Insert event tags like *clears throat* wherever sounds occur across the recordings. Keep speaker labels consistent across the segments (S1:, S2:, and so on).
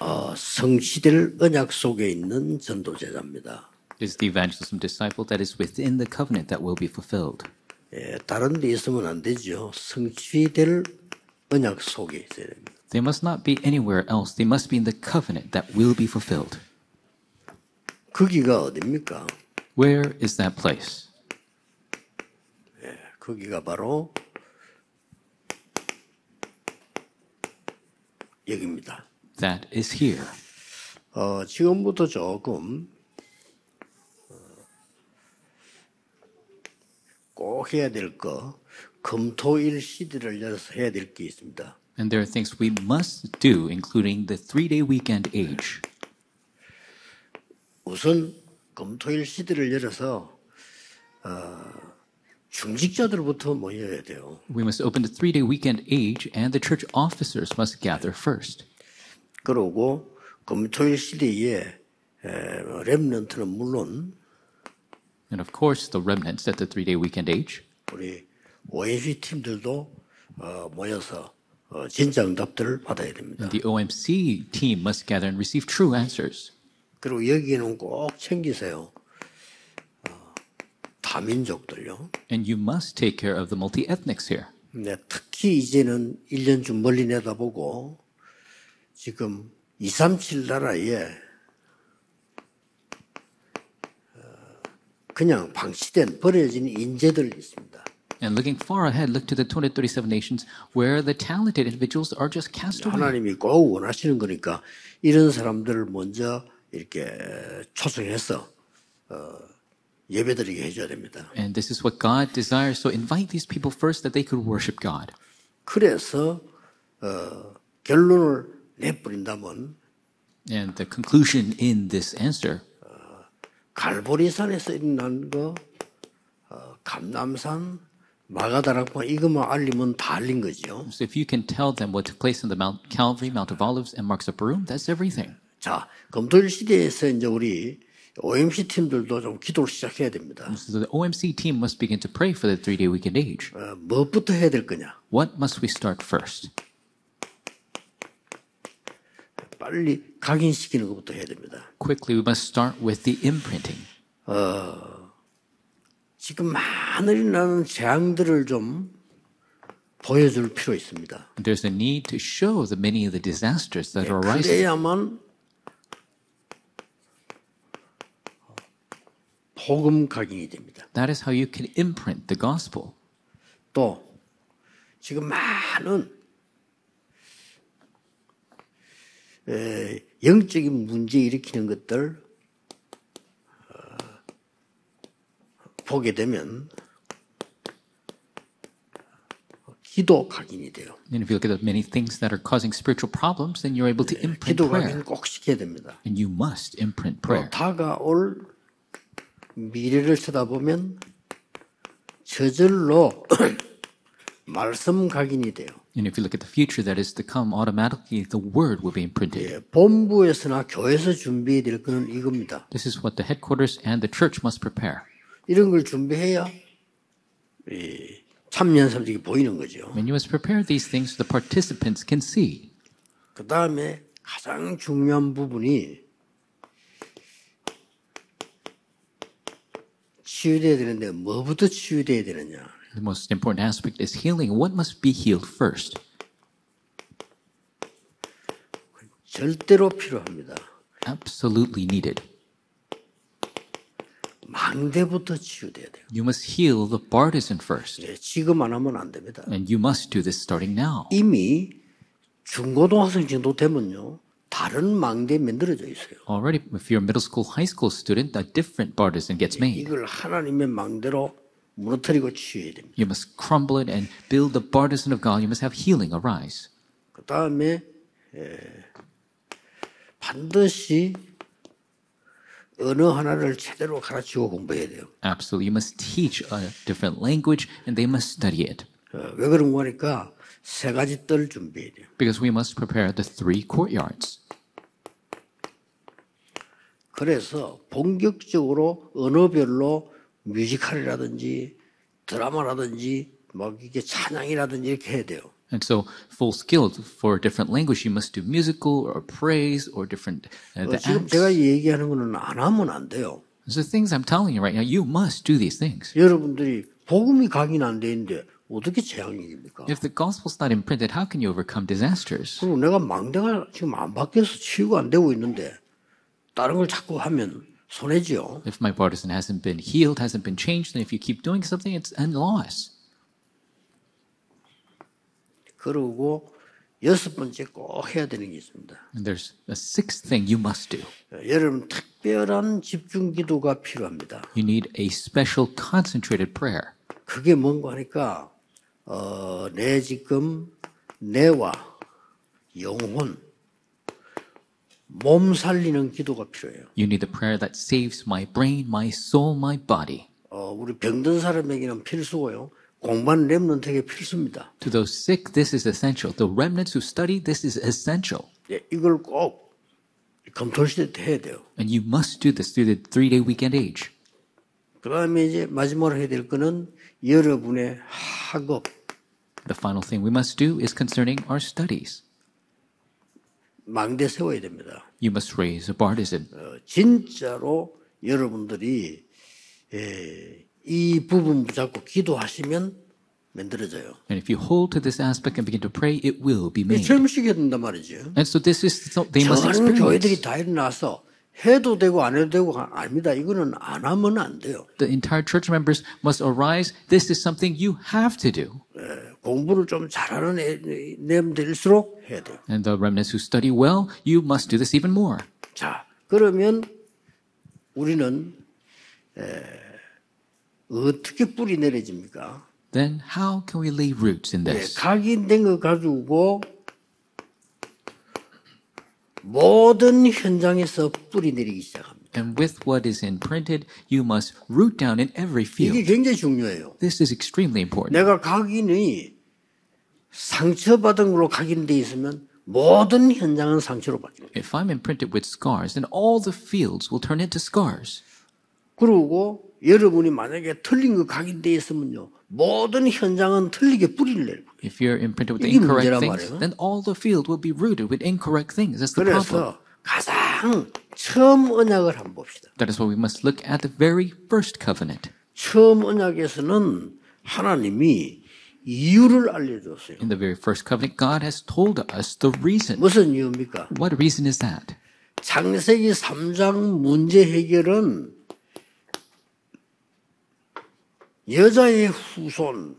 S1: 어, 성시될 언약 속에 있는 전도제자입니다.
S2: is the evangelism disciple that is within the covenant that will be fulfilled.
S1: 예, 다른 데 있으면 안 되죠. 성취될 언약 속에 있어야 됩니다.
S2: They must not be anywhere else. They must be in the covenant that will be fulfilled.
S1: 거기가 어딥니까?
S2: Where is that place?
S1: 거기가 바로 여기입니다.
S2: That is here.
S1: 어, 지금부터 조금 어, 꼭 해야 될 거, 금토일 시디를 열어서 해야 될 게 있습니다.
S2: And there are things we must do, including the three day weekend age.
S1: 우선 금토일 시디를 열어서 어, 중직자들부터 모여야 돼요.
S2: We must open the three day weekend age, and the church officers must gather first.
S1: 그러고 금토일 시대에 렘넌트는 물론
S2: And of course, the remnants at the three day weekend age.
S1: 우리 ONC 팀들도 어, 모여서 어, 진짜 응답들을 받아야 됩니다.
S2: The OMC team must gather and receive true answers.
S1: 그리고 여기는 꼭 챙기세요. 어, 다민족들요.
S2: And you must take care of the multi ethnics here.
S1: 네, 특히 이제는 1년 좀 멀리 내다보고 지금 2, 3, 7 나라에 어, 그냥 방치된 버려진 인재들 있습니다.
S2: And looking far ahead, look to the 237 nations where the talented individuals are just cast away.
S1: 하나님이 꼭 원하시는 거니까 이런 사람들을 먼저 이렇게 초청해서 어, 예배드리게 해줘야 됩니다.
S2: And this is what God desires. So invite these people first that they could worship God.
S1: 그래서 어, 결론을 내버린다면
S2: And the conclusion in this answer
S1: 갈보리산에서 일어난 거, 어, 감남산, 마가다락방 이것만 알리면 다 알린 거죠.
S2: so if you can tell them what took place in the Mount Calvary, Mount of Olives, and Mark's Upper Room, that's everything.
S1: 자, 검토일 시대에서 이제 우리 OMC 팀들도 좀 기도를 시작해야 됩니다.
S2: So the OMC team must begin to pray for the three day weekend age.
S1: 어, 무엇부터 해야 될 거냐?
S2: What must we start first?
S1: 빨리 각인시키는 것부터 해야 됩니다.
S2: Quickly, we must start with the imprinting.
S1: 지금 많은 일어나는 재앙들을 좀 보여줄 필요 있습니다.
S2: There's a need to show the many of the disasters that are arising.
S1: 그래야만 어, 복음 각인이 됩니다.
S2: That is how you can imprint the gospel.
S1: 또 지금 많은 에, 영적인 문제 일으키는 것들 어, 보게 되면 기도 각인이 돼요.
S2: And if you look at the many things that are causing spiritual problems, then you're able to imprint
S1: 기도 각인
S2: prayer.
S1: 꼭 시켜야 됩니다.
S2: And you must imprint prayer.
S1: 다가올 미래를 쳐다보면 저절로 *clears throat* 말씀 각인이 돼요.
S2: And if you look at the future that is to come, automatically the word will be imprinted.
S1: 예, 본부에서나 교회에서 준비해야 될 거는 이겁니다.
S2: This is what the headquarters and the church must prepare.
S1: 이런 걸 준비해야 이 참여한 사람들이 보이는 거죠.
S2: And you must prepare these things so the participants can see.
S1: 그 다음에 가장 중요한 부분이 치유돼야 되는데 뭐부터 치유돼야 되느냐.
S2: The most important aspect is healing. What must be healed first?
S1: 절대로 필요합니다.
S2: Absolutely needed.
S1: 망대부터 치유돼야 돼요.
S2: You must heal the partisan first.
S1: 예, 지금 안 하면 안 됩니다.
S2: And you must do this starting now.
S1: 이미 중고등학생 정도 되면요, 다른 망대 만들어져 있어요.
S2: Already, if you're a middle school, high school student, a different partisan gets made.
S1: 이걸 하나님의 망대로 무너뜨리고 치유해야 됩니다.
S2: You must crumble it and build the partisan of God. You must have healing arise.
S1: 그 다음에 반드시 언어 하나를 제대로 가르치고 공부해야 돼요.
S2: Absolutely. You must teach a different language and they must study it.
S1: 어, 왜 그런 거니까 세 가지 뜰 준비해야 돼요.
S2: Because we must prepare the three courtyards.
S1: 그래서 본격적으로 언어별로 뭐 뮤지컬이라든지 드라마라든지 막 이게 찬양이라든지 이렇게 해야 돼요.
S2: And so, full skilled for a different language, you must do musical or praise or different uh,
S1: 어,
S2: the
S1: 지금
S2: acts.
S1: 제가 이 얘기하는 거는 안 하면 안 돼요.
S2: So things I'm telling you right now, you must do these things.
S1: 여러분들이 복음이 각인 안 돼 있는데 어떻게 재앙입니까?
S2: If the gospel's not imprinted, how can you overcome disasters?
S1: 그리고 내가 망대가 지금 안 바뀌어서 치유가 안 되고 있는데 다른 걸 자꾸 하면 손해지요.
S2: If my partisan hasn't been healed, hasn't been changed, then if you keep doing something, it's a loss.
S1: 그러고 여섯 번째 꼭 해야 되는 게 있습니다.
S2: And there's a sixth thing you must do.
S1: 어, 여러분 특별한 집중 기도가 필요합니다.
S2: You need a special concentrated prayer.
S1: 그게 뭔가 하니까 어, 내 지금 내와 영혼 몸 살리는 기도가 필요해요.
S2: You need the prayer that saves my brain, my soul, my body.
S1: 어, 우리 병든 사람에게는 필수고요. 공반 렘넌트에게 필수입니다.
S2: To those sick, this is essential. The remnants who study, this is essential.
S1: 예, 이걸 꼭 검토시대 때 해야 돼요.
S2: And you must do this through the three day weekend age.
S1: 그 다음에 이제 마지막으로 해야 될 거는 여러분의 학업.
S2: The final thing we must do is concerning our studies.
S1: 망대 세워야 됩니다.
S2: You must raise a partisan.
S1: 어, 진짜로 여러분들이 예, 이 부분 붙잡고 기도하시면 만들어져요.
S2: And if you hold to this aspect and begin to pray, it will be
S1: 이
S2: made.
S1: 젊으시게 된단 말이죠.
S2: And so this is so they must
S1: 저는
S2: experience.
S1: 교회들이 다 일어나서 해도 되고 안 해도 되고 아- 아닙니다. 이거는 안 하면 안 돼요.
S2: The entire church members must arise. This is something you have to do.
S1: 예, 공부를 좀 잘하는 애- 애들일수록 해야 돼요.
S2: And the remnants who study well, you must do this even more.
S1: 자, 그러면 우리는 에, 어떻게 뿌리 내려집니까?
S2: Then how can we lay roots in
S1: 예,
S2: this?
S1: 각인된 거 가지고 모든 현장에서 뿌리 내리기 시작합니다.
S2: And with what is imprinted, you must root down in every
S1: 이게
S2: field.
S1: 굉장히 중요해요.
S2: This is extremely important.
S1: 내가 각인이 상처받은 걸로 각인돼 있으면 모든 현장은 상처로 바뀌어요.
S2: If I'm imprinted with scars, then all the fields will turn into scars.
S1: 그리고 여러분이 만약에 틀린 거 각인돼 있으면요. 모든 현장은 틀리게 뿌리를 내요.
S2: If you're imprinted with the
S1: 이게
S2: incorrect
S1: 문제란
S2: things,
S1: 말이에요.
S2: then all the field will be rooted with incorrect things. That's the problem.
S1: 그래서 가장 처음 언약을 한번 봅시다.
S2: That is why we must look at the very first covenant.
S1: 처음 언약에서는 하나님이 이유를 알려줬어요.
S2: In the very first covenant, God has told us the reason.
S1: 무슨 이유입니까?
S2: What reason is that?
S1: 창세기 3장 문제 해결은 여자의 후손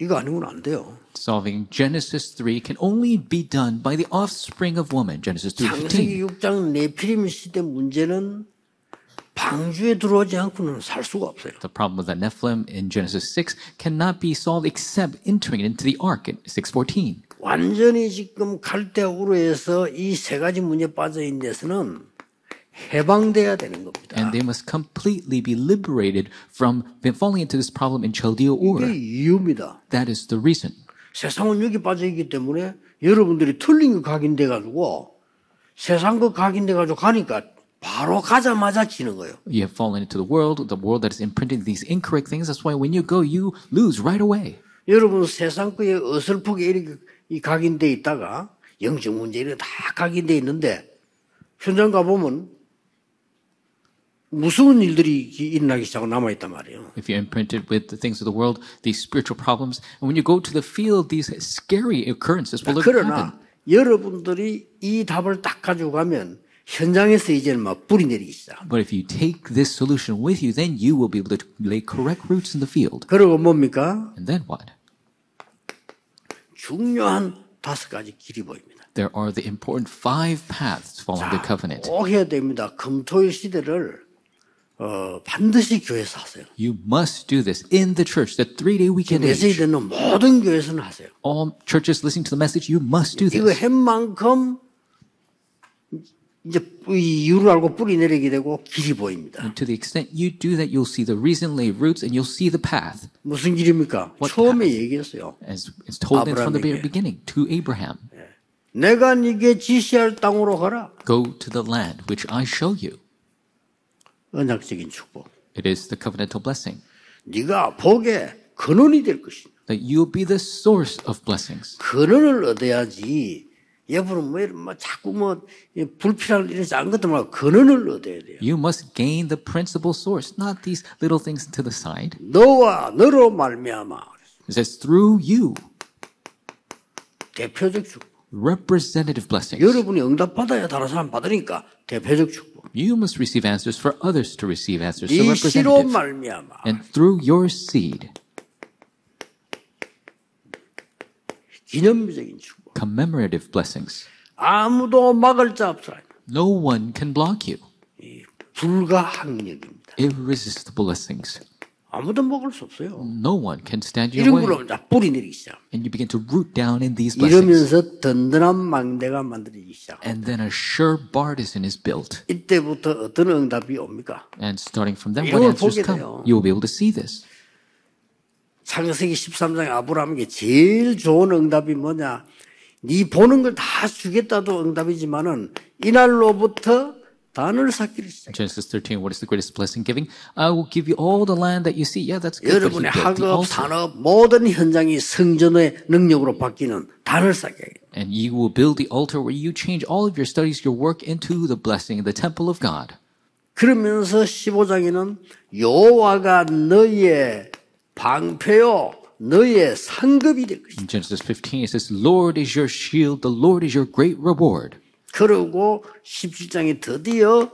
S1: 이거 아니면 안 돼요.
S2: Solving Genesis 3 can only be done by the offspring of woman, Genesis 3.15.
S1: 창세기 6장 네피림 시대 문제는 방주에 들어오지 않고는 살 수가 없어요.
S2: The problem with the Nephilim in Genesis 6 cannot be solved except entering into the ark in 6.14.
S1: 완전히 지금 갈대우로에서 이 세 가지 문제 빠져 있는 데서는 해방돼야 되는 겁니다.
S2: And they must completely be liberated from falling into this problem in
S1: 이게
S2: Chaldea Ur.
S1: 이유입니다.
S2: That is the reason.
S1: 세상은 여기 빠져 있기 때문에 여러분들이 틀린 거 각인돼 가지고 세상 거 각인돼 가지고 가니까 바로 가자마자 지는 거예요.
S2: You have fallen into the world, the world that is imprinting these incorrect things. That's why when you go, you lose right away.
S1: 여러분 세상 거에 어설프게 이렇게 이 각인돼 있다가 영적 문제 이런 다 각인돼 있는데 현장 가 보면 무서운 일들이 일어나기 시작하고 남아 있단 말이에요.
S2: If you're imprinted with the things of the world, these spiritual problems, and when you go to the field, these scary occurrences will
S1: 아,
S2: happen.
S1: 그러나 여러분들이 이 답을 딱 가지고 가면 현장에서 이제는 막 뿌리 내리기 시작.
S2: But if you take this solution with you, then you will be able to lay correct roots in the field.
S1: 그리고 뭡니까?
S2: And then what?
S1: 중요한 다섯 가지 길이 보입니다.
S2: There are the important five paths following the covenant.
S1: 꼭 해야 됩니다. 금토일 시대를 어, 반드시 교회에서 하세요.
S2: You must do this in the church, the three day weekend
S1: 메시지
S2: age.
S1: 듣는 모든 교회에서는 하세요.
S2: All churches listening to the message, you must do
S1: 이거
S2: this.
S1: 한 만큼 이제 이 이유를 알고 뿌리 내리게 되고 길이 보입니다.
S2: And to the extent you do that, you'll see the reason, lay roots, and you'll see the path,
S1: 무슨 길입니까? 처음에 얘기했어요.
S2: as it's told in from the very
S1: Abraham에게.
S2: beginning to Abraham.
S1: 내가 네게 지시할 땅으로 가라.
S2: Go to the land which I show you.
S1: 언약적인 축복.
S2: It is the covenantal blessing.
S1: 네가 복의 근원이 될 것이냐.
S2: that you'll be the source of blessings.
S1: 근원을 얻어야지. 여부는 뭐, 이런 뭐 자꾸 뭐 이 불필요한 이런 작은 것도 말고 근원을 얻어야 돼요.
S2: You must gain the principal source, not these little things to the side.
S1: 너와 너로 말미암아
S2: It says through you,
S1: 대표적 축복.
S2: representative blessings.
S1: 여러분이 응답 받아야 다른 사람 받으니까 대표적 축복.
S2: You must receive answers for others to receive answers. So
S1: 이 씨로
S2: representative.
S1: 말미암아
S2: And through your seed,
S1: 기념비적인 축복.
S2: commemorative blessings.
S1: 아무도 막을 자 없으라.
S2: No one can block you.
S1: 이 불가항력입니다.
S2: Irresistible blessings.
S1: 아무도 먹을 수 없어요.
S2: No one can stand your
S1: 이런
S2: way.
S1: 걸로 자 뿌리 내리기 시작.
S2: And you begin to root down in these blessings.
S1: 이러면서 든든한 망대가 만들어지기 시작.
S2: And then a sure bartizan is built.
S1: 이때부터 어떤 응답이 옵니까?
S2: And starting from then,
S1: 이걸
S2: when answers
S1: 보게
S2: come,
S1: 돼요.
S2: you will be able to see this.
S1: 창세기 13장 아브라함에게 제일 좋은 응답이 뭐냐? 네 보는 걸 다 주겠다도 응답이지만은 이날로부터 단을 쌓기를 시작.
S2: Genesis 13, what is the greatest blessing giving? I will give you all the land that you see. Yeah, that's good. But he
S1: 여러분의
S2: built the
S1: 학업,
S2: altar.
S1: 산업 모든 현장이 성전의 능력으로 바뀌는 단을 쌓게. 해요.
S2: And you will build the altar where you change all of your studies, your work into the blessing, the temple of God.
S1: 그러면서 15장에는 여호와가 너의 방패요, 너의 상급이 될 것이다.
S2: In Genesis 15, it says, Lord is your shield, the Lord is your great reward.
S1: 그러고 17장에 드디어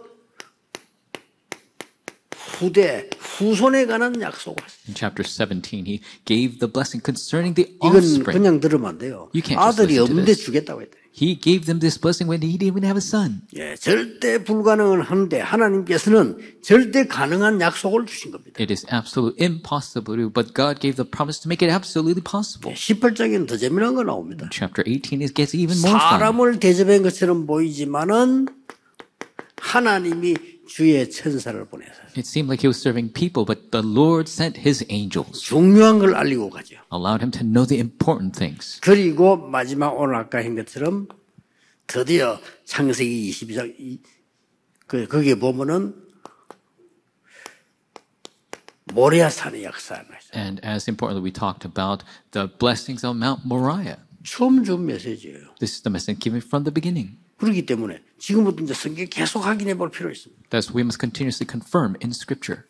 S1: 후대, 후손에 관한 약속을 하세요.
S2: In chapter 17, he gave the blessing concerning the
S1: 이건
S2: offspring.
S1: 그냥 들으면 안 돼요.
S2: You can't just
S1: 아들이
S2: listen to
S1: 없는데
S2: this.
S1: 주겠다고 했대.
S2: He gave them this blessing when he didn't even have a son.
S1: 예, 절대 불가능은 한데 하나님께서는 절대 가능한 약속을 주신 겁니다.
S2: It is absolute impossible, to do, but God gave the promise to make it absolutely possible.
S1: 18장에는 예, 더 재미난 거 나옵니다.
S2: Chapter 18, it gets even more fun.
S1: 사람을 대접한 것처럼 보이지만은 하나님이 주의 천사를 보내서
S2: It seemed like he was serving people, but the Lord sent his angels,
S1: 중요한 걸 알리고 가죠.
S2: allowed him to know the important things.
S1: 그리고 마지막 오늘 아까 한 것처럼 드디어 창세기 22장 이- 그 거기에 보면은 모리아산의 역사가 있어요.
S2: And as importantly, we talked about the blessings on Mount Moriah.
S1: 처음 준 메시지예요.
S2: This is the message given from the beginning.
S1: 그렇기 때문에 지금부터 이제 성경 계속 확인해 볼 필요 있습니다.
S2: That's we must continuously confirm in Scripture.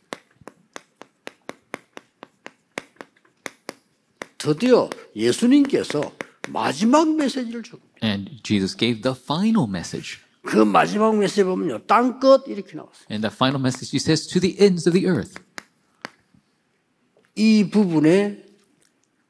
S1: 드디어 예수님께서 마지막 메시지를 줍니다.
S2: And Jesus gave the final message.
S1: 그 마지막 메시지 보면요. 땅끝 이렇게 나왔어요.
S2: And the final message, he says, to the ends of the earth.
S1: 이 부분에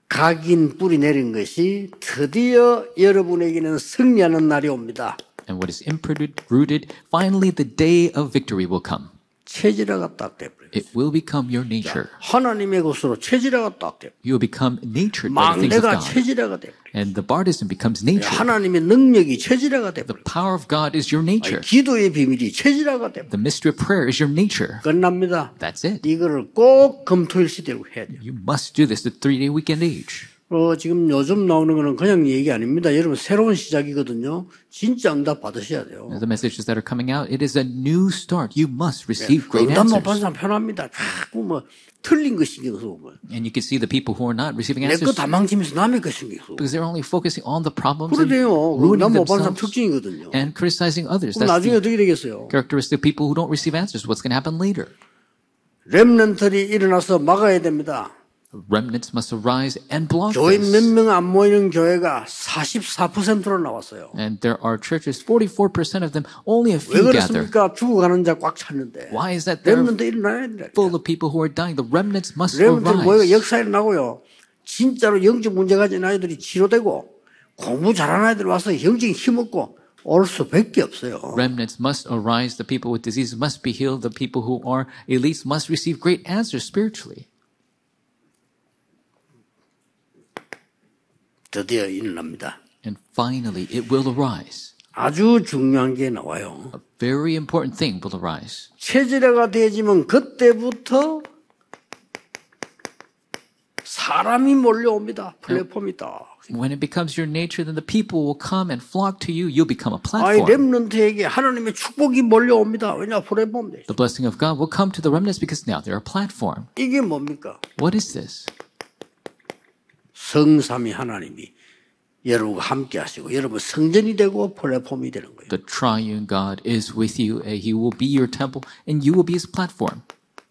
S1: 각인 뿌리 내린 것이 드디어 여러분에게는 승리하는 날이 옵니다.
S2: And what is imprudent, rooted, finally the day of victory will come.
S1: 체질화가 딱 돼버려요.
S2: It will become your nature.
S1: 하나님의 것으로 체질화가 딱 돼버려요.
S2: You will become natured by the things of
S1: 망대가
S2: God.
S1: 체질화가 돼버려요.
S2: And the bardism becomes nature.
S1: 하나님의 능력이 체질화가 돼버려요.
S2: Power of God is your nature.
S1: 기도의 비밀이 체질화가 돼버려요.
S2: The mystery of prayer is your nature.
S1: 끝납니다.
S2: That's it.
S1: 이거를 꼭 금토일 시대로 해야 돼요.
S2: You must do this, the three day weekend age.
S1: 어, 지금 요즘 나오는 거는 그냥 얘기 아닙니다. 여러분 새로운 시작이거든요. 진짜 응답 받으셔야 돼요.
S2: The messages that are coming out, it is a new start. You must receive great
S1: 응답 못 받은
S2: answers.
S1: 사람 뭐 편합니다. 자꾸 뭐 틀린 거 신경 쓰고 뭐.
S2: And you can see the people who are not receiving
S1: 내 거
S2: answers
S1: 다 망치면서 남의 거 신경 쓰고.
S2: because they're only focusing on the problems and
S1: 그러대요. 응답
S2: ruining
S1: 못 받은 사람 예,
S2: themselves
S1: 특징이거든요.
S2: and criticizing others.
S1: 그럼
S2: That's
S1: 나중에
S2: the
S1: 어떻게 되겠어요?
S2: characteristic of people who don't receive answers. What's going to happen later?
S1: 렘넌트리 일어나서 막아야 됩니다.
S2: Remnants must arise and block
S1: 교인
S2: this.
S1: 몇 명 안 모이는 교회가 44%로 나왔어요.
S2: And there are churches, 44% of them, only a
S1: 왜
S2: few gather.
S1: 그렇습니까? 죽어가는 자 꽉 찼는데.
S2: Why is that they're
S1: 렘넌트 일어나야 된다.
S2: full of people who are dying? The remnants must
S1: 렘넌트 모여
S2: arise.
S1: 역사 일어나고요. 진짜로 영적 문제가 있는 아이들이 치료되고 공부 잘하는 아이들 와서 영적인 힘 얻고 올 수밖에 없어요.
S2: Remnants must arise. The people with diseases must be healed. The people who are elites must receive great answers spiritually.
S1: 드디어 일어납니다.
S2: And finally, it will arise.
S1: 아주 중요한 게 나와요.
S2: A very important thing will arise.
S1: 체질화가 되어지면 그때부터 사람이 몰려옵니다. 플랫폼이 딱.
S2: When it becomes your nature, then the people will come and flock to you. You'll become a
S1: 아이
S2: platform.
S1: 렘런트에게 하나님의 축복이 몰려옵니다. 왜냐 플랫폼 돼.
S2: The blessing of God will come to the remnants because now they're a platform.
S1: 이게 뭡니까?
S2: What is this?
S1: 성삼위 하나님이 여러분과 함께 하시고 여러분 성전이 되고 플랫폼이 되는 거예요.
S2: The triune God is with you. and He will be your temple, and you will be His platform.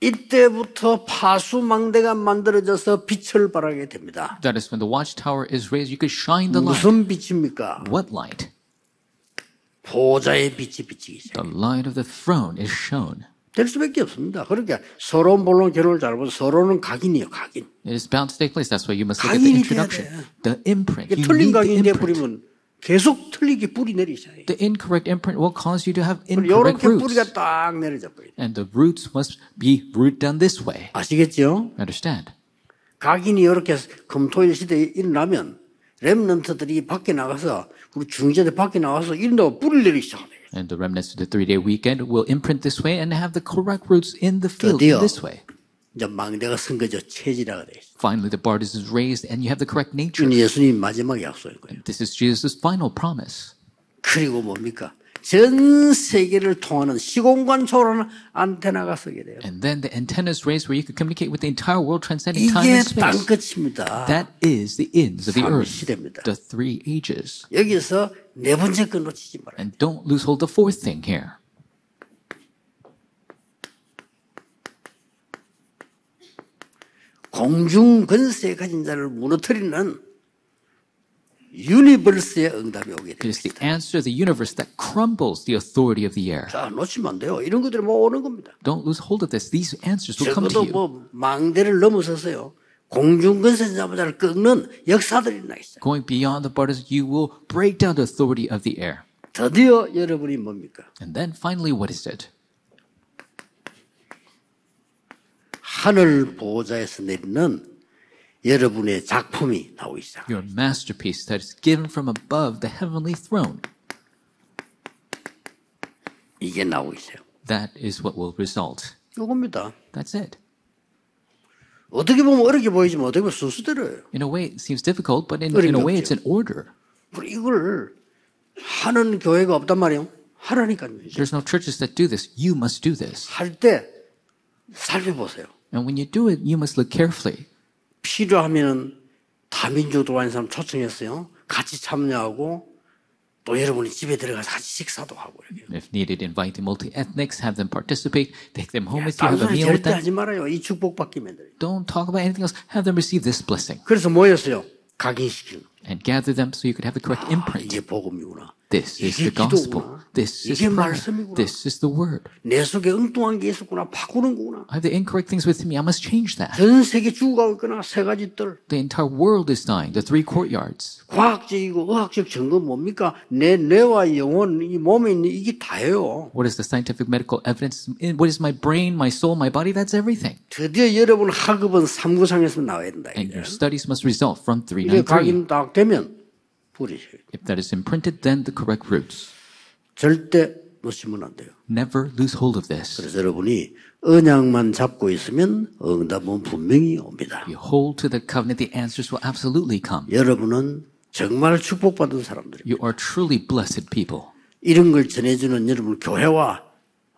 S1: 이때부터 파수망대가 만들어져서 빛을 발하게 됩니다.
S2: That is when the watchtower is raised. You could shine
S1: Mm.
S2: the light.
S1: 무슨 빛입니까?
S2: What light?
S1: 보좌의 빛이 비치기 시작.
S2: The light of the throne is shown.
S1: 될 수밖에 없습니다. 그러니까 서론 본론 결론을 잘 보면 서론은 각인이에요. 각인.
S2: It is bound to take place. That's why you must look at the
S1: 각인이 돼야
S2: introduction, the imprint. You
S1: 이게 틀린
S2: need the
S1: 각인인데
S2: imprint.
S1: 뿌리면 계속 틀리게 뿌리 내리기 시작해요.
S2: The incorrect imprint will cause you to have incorrect
S1: 이렇게
S2: roots,
S1: 뿌리가 딱 내려져 버려요.
S2: and the roots must be rooted down this way.
S1: 아시겠죠?
S2: Understand?
S1: 각인이 이렇게 금토일 시대에 일어나면 렘넌트들이 밖에 나가서 우리 중재대 밖에 나가서 이런다고 뿌리 내리기 시작합니다.
S2: And the remnants of the three-day weekend will imprint this way and have the correct roots in the field in
S1: Dodeo.
S2: this way.
S1: 이제 망대가 쓴 거죠. 체질이라고 그래.
S2: Finally, the bar is raised, and you have the correct nature.
S1: 주님 예수님 마지막 약속인 거예요.
S2: This is Jesus' final promise.
S1: 그리고 뭡니까? 전 세계를 통하는 시공간 초월하는 안테나가 서게 돼요.
S2: And then the antenna is raised where you can communicate with the entire world, transcending time
S1: 이게
S2: and space.
S1: 땅끝입니다.
S2: That is the ends of the
S1: 삼위
S2: earth,
S1: 시대입니다.
S2: the three ages.
S1: 여기서 네 번째 건 놓치지 말아요.
S2: And don't lose hold of the fourth thing here.
S1: 공중 근세 가진 자를 무너뜨리는 유니버스의 응답이 오게
S2: It
S1: 돼요.
S2: is the answer of the universe that crumbles the authority of the air.
S1: 자, 놓치면 안 돼요. 이런 것들이 뭐 오는 겁니다.
S2: Don't lose hold of this. These answers will come to
S1: 적어도
S2: you.
S1: 뭐 망대를 넘어서서요. 공중 근세 자보다를 꺾는 역사들이 나기 시작.
S2: Going beyond the borders, you will break down the authority of the air.
S1: 드디어 여러분이 뭡니까?
S2: And then finally, what is it?
S1: 하늘 보호자에서 내리는 여러분의 작품이 나오기 시작.
S2: Your masterpiece that is given from above the heavenly throne.
S1: 이게 나오기 시작.
S2: That is what will result.
S1: 이겁니다.
S2: That's it.
S1: 어떻게 보면 어렵게 보이지만 어떻게 보면 순수대로예요.
S2: In a way, it seems difficult, but in, in a way, it's an order.
S1: 그리고 이걸 하는 교회가 없단 말이에요. 하라니까요.
S2: There's no churches that do this. You must do this.
S1: 할 때 살펴보세요.
S2: And when you do it, you must look carefully.
S1: 필요하면 다민족 들어와 있는 사람 초청했어요. 같이 참여하고 또 여러분이 집에 들어가서 같이 식사도 하고 이렇게.
S2: If needed, invite the multi ethnics, have them participate, take them home with
S1: 다른
S2: you, have
S1: 소리
S2: a meal with
S1: 절대
S2: them.
S1: 하지 말아요. 이 축복받기 만들어요.
S2: Don't talk about anything else. Have them receive this blessing
S1: 그래서 뭐였어요? 각인시키는 거.
S2: and gather them so you could have the correct
S1: 아, 네.
S2: imprint.
S1: 이게 복음이구나.
S2: This is
S1: 이게
S2: the gospel.
S1: 기도구나.
S2: This is
S1: 이게
S2: prayer.
S1: 말씀이구나.
S2: This is the word.
S1: 내 속에 엉뚱한 게 있었구나. 바꾸는 거구나.
S2: I have the incorrect things within me. I must change that.
S1: 전 세계 죽어가고 있구나. 세 가지 뜰.
S2: The entire world is dying. The three courtyards.
S1: 과학적이고 의학적 증거 뭡니까? 내 뇌와 영혼, 이 몸에 있는 이게 다예요.
S2: What is the scientific medical evidence? In- What is my brain, my soul, my body? That's everything.
S1: 드디어 여러분 학업은 삼구상에서 나와야 된다.
S2: And your studies must result from
S1: 이제
S2: 393.
S1: 각인 딱 되면 뿌리세요.
S2: If that is imprinted, then the correct roots.
S1: 절대 놓치면 안 돼요.
S2: Never lose hold of this.
S1: 그래서 여러분이 언약만 잡고 있으면 응답은 분명히 옵니다.
S2: You hold to the covenant, the answers will absolutely come.
S1: 여러분은 정말 축복받은 사람들이에요.
S2: You are truly blessed people.
S1: 이런 걸 전해주는 여러분 교회와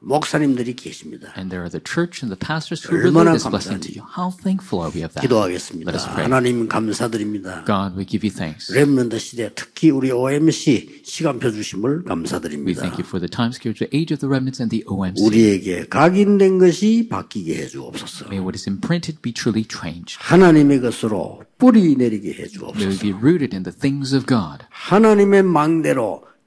S1: 목사님들이 계십니다.
S2: And there are the church and the pastors who
S1: 얼마나
S2: relay this blessing
S1: 감사한지.
S2: to you. How thankful are we of
S1: 아,
S2: that? Let
S1: 기도하겠습니다.
S2: us pray.
S1: 하나님 감사드립니다.
S2: God, we give you thanks.
S1: 렘넌트 시대 특히 우리 OMC 시간표 주심을
S2: We thank
S1: 감사드립니다.
S2: you for the time schedule, the age of the remnants, and the OMC.
S1: 우리에게 각인된 것이 바뀌게 해주옵소서.
S2: May what is imprinted be truly changed.
S1: 하나님의 것으로 뿌리 내리게
S2: May
S1: 해주옵소서.
S2: we be rooted in the things of God.
S1: 하나님의 망대로